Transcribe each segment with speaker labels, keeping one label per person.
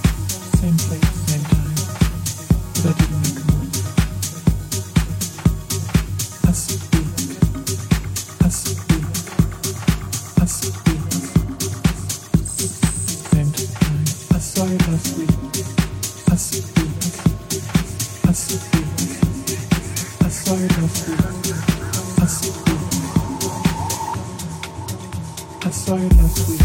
Speaker 1: same place, same time, but I didn't make a move. I speak, I speak, I speak. And I saw you last week. I speak, I speak, I saw you last week. I speak, I saw you last week.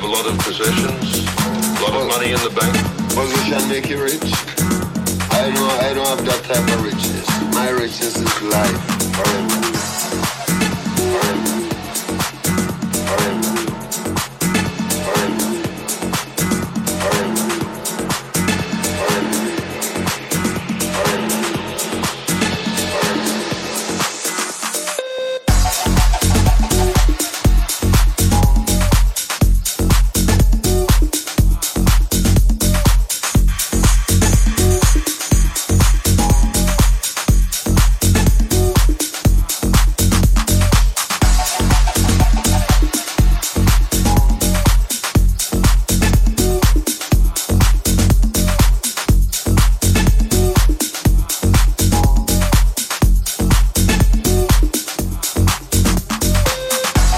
Speaker 2: possessions, a lot of money in the bank.
Speaker 3: But we can make you rich. I know I don't have that type of riches. My riches is life forever. Forever. Forever. Forever. Forever. Forever. Forever.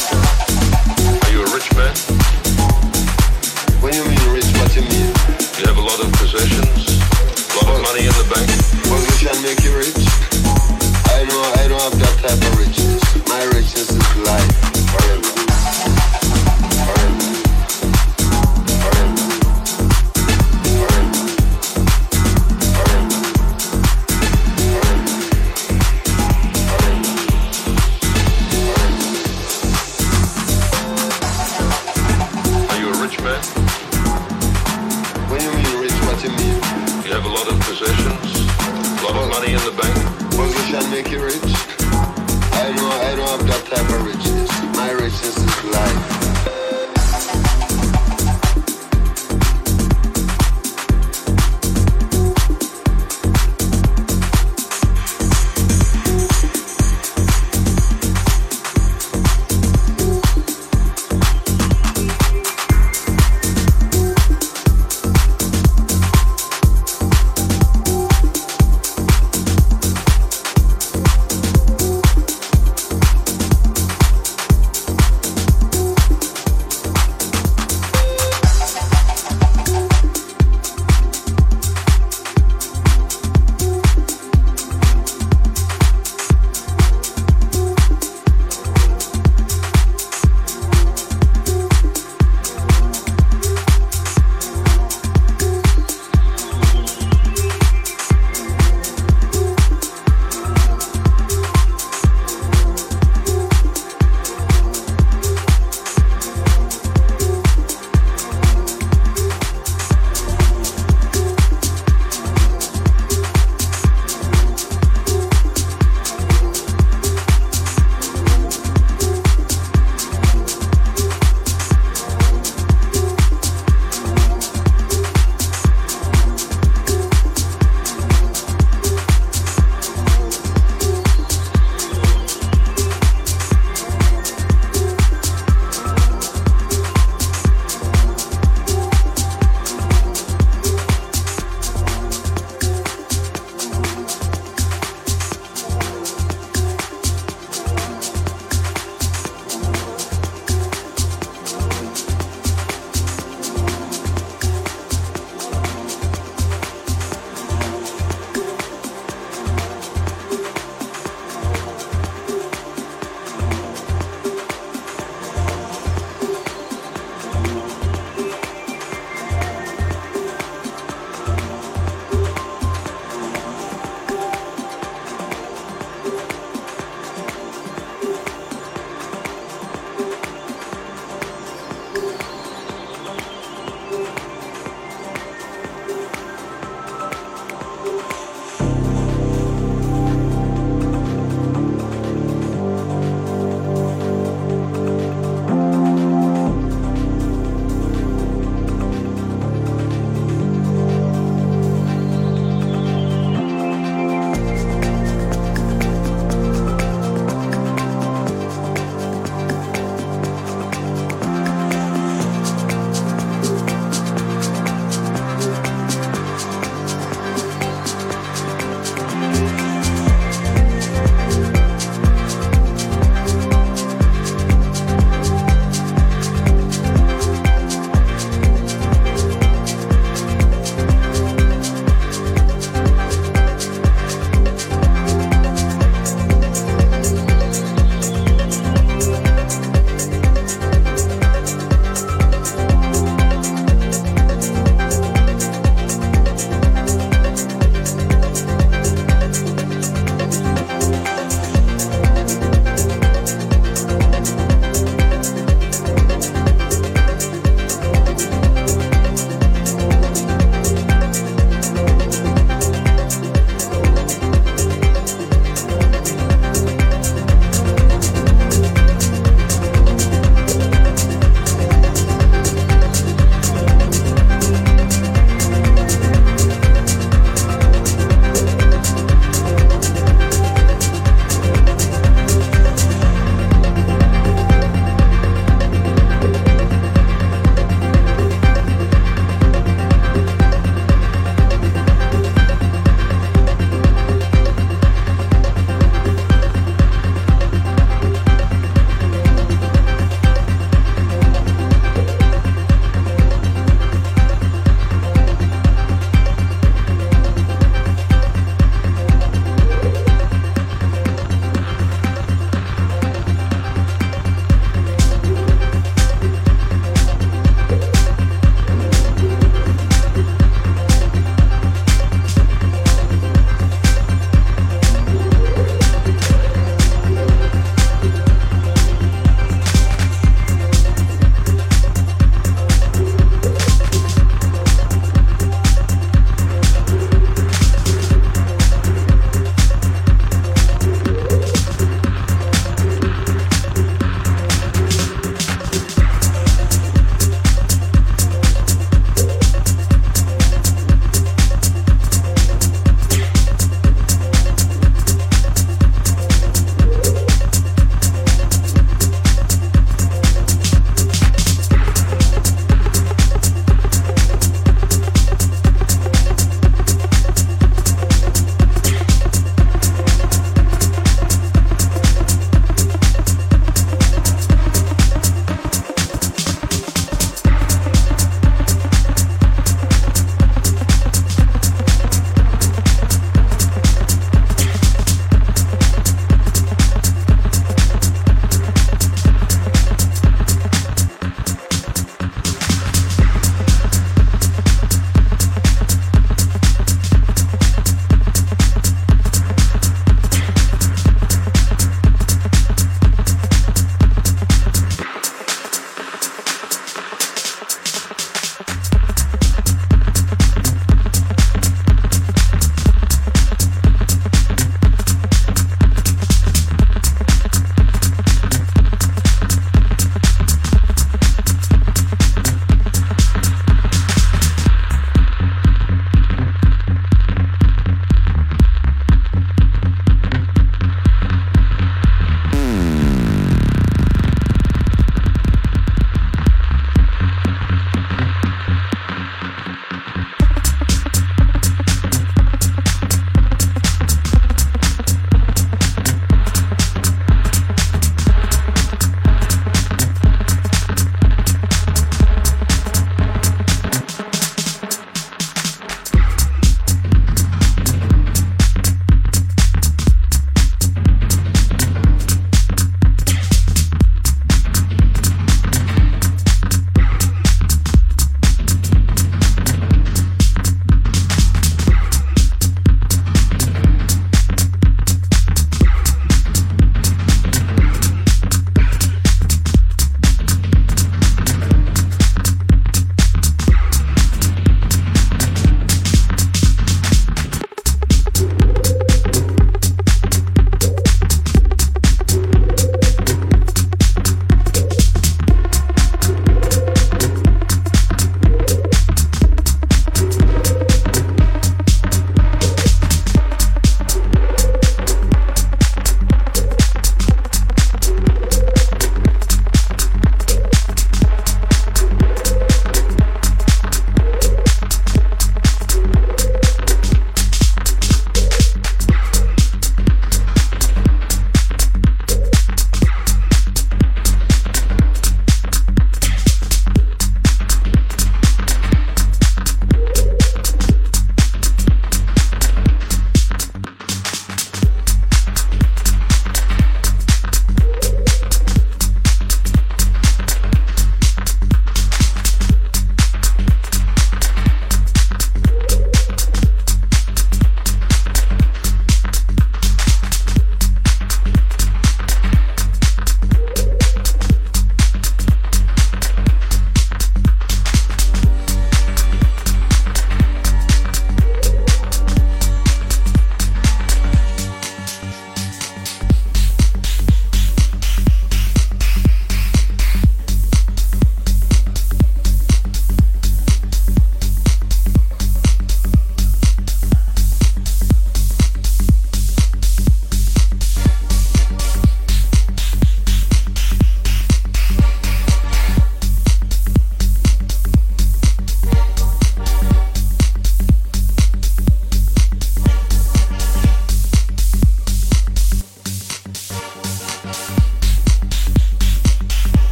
Speaker 2: Are you a rich man?
Speaker 3: When you mean rich, what you mean?
Speaker 2: You have a lot of possessions, a lot of money in the bank.
Speaker 3: But we can make you rich. I know I don't have that type of riches. My riches is life forever. Forever. Forever. Forever. Forever. Forever. Forever.
Speaker 2: Are you a rich man?
Speaker 3: When you mean rich, what you mean?
Speaker 2: You have a lot of possessions, a lot of money in the bank.
Speaker 3: But we can make you rich. I know I don't have that type of riches. My riches is life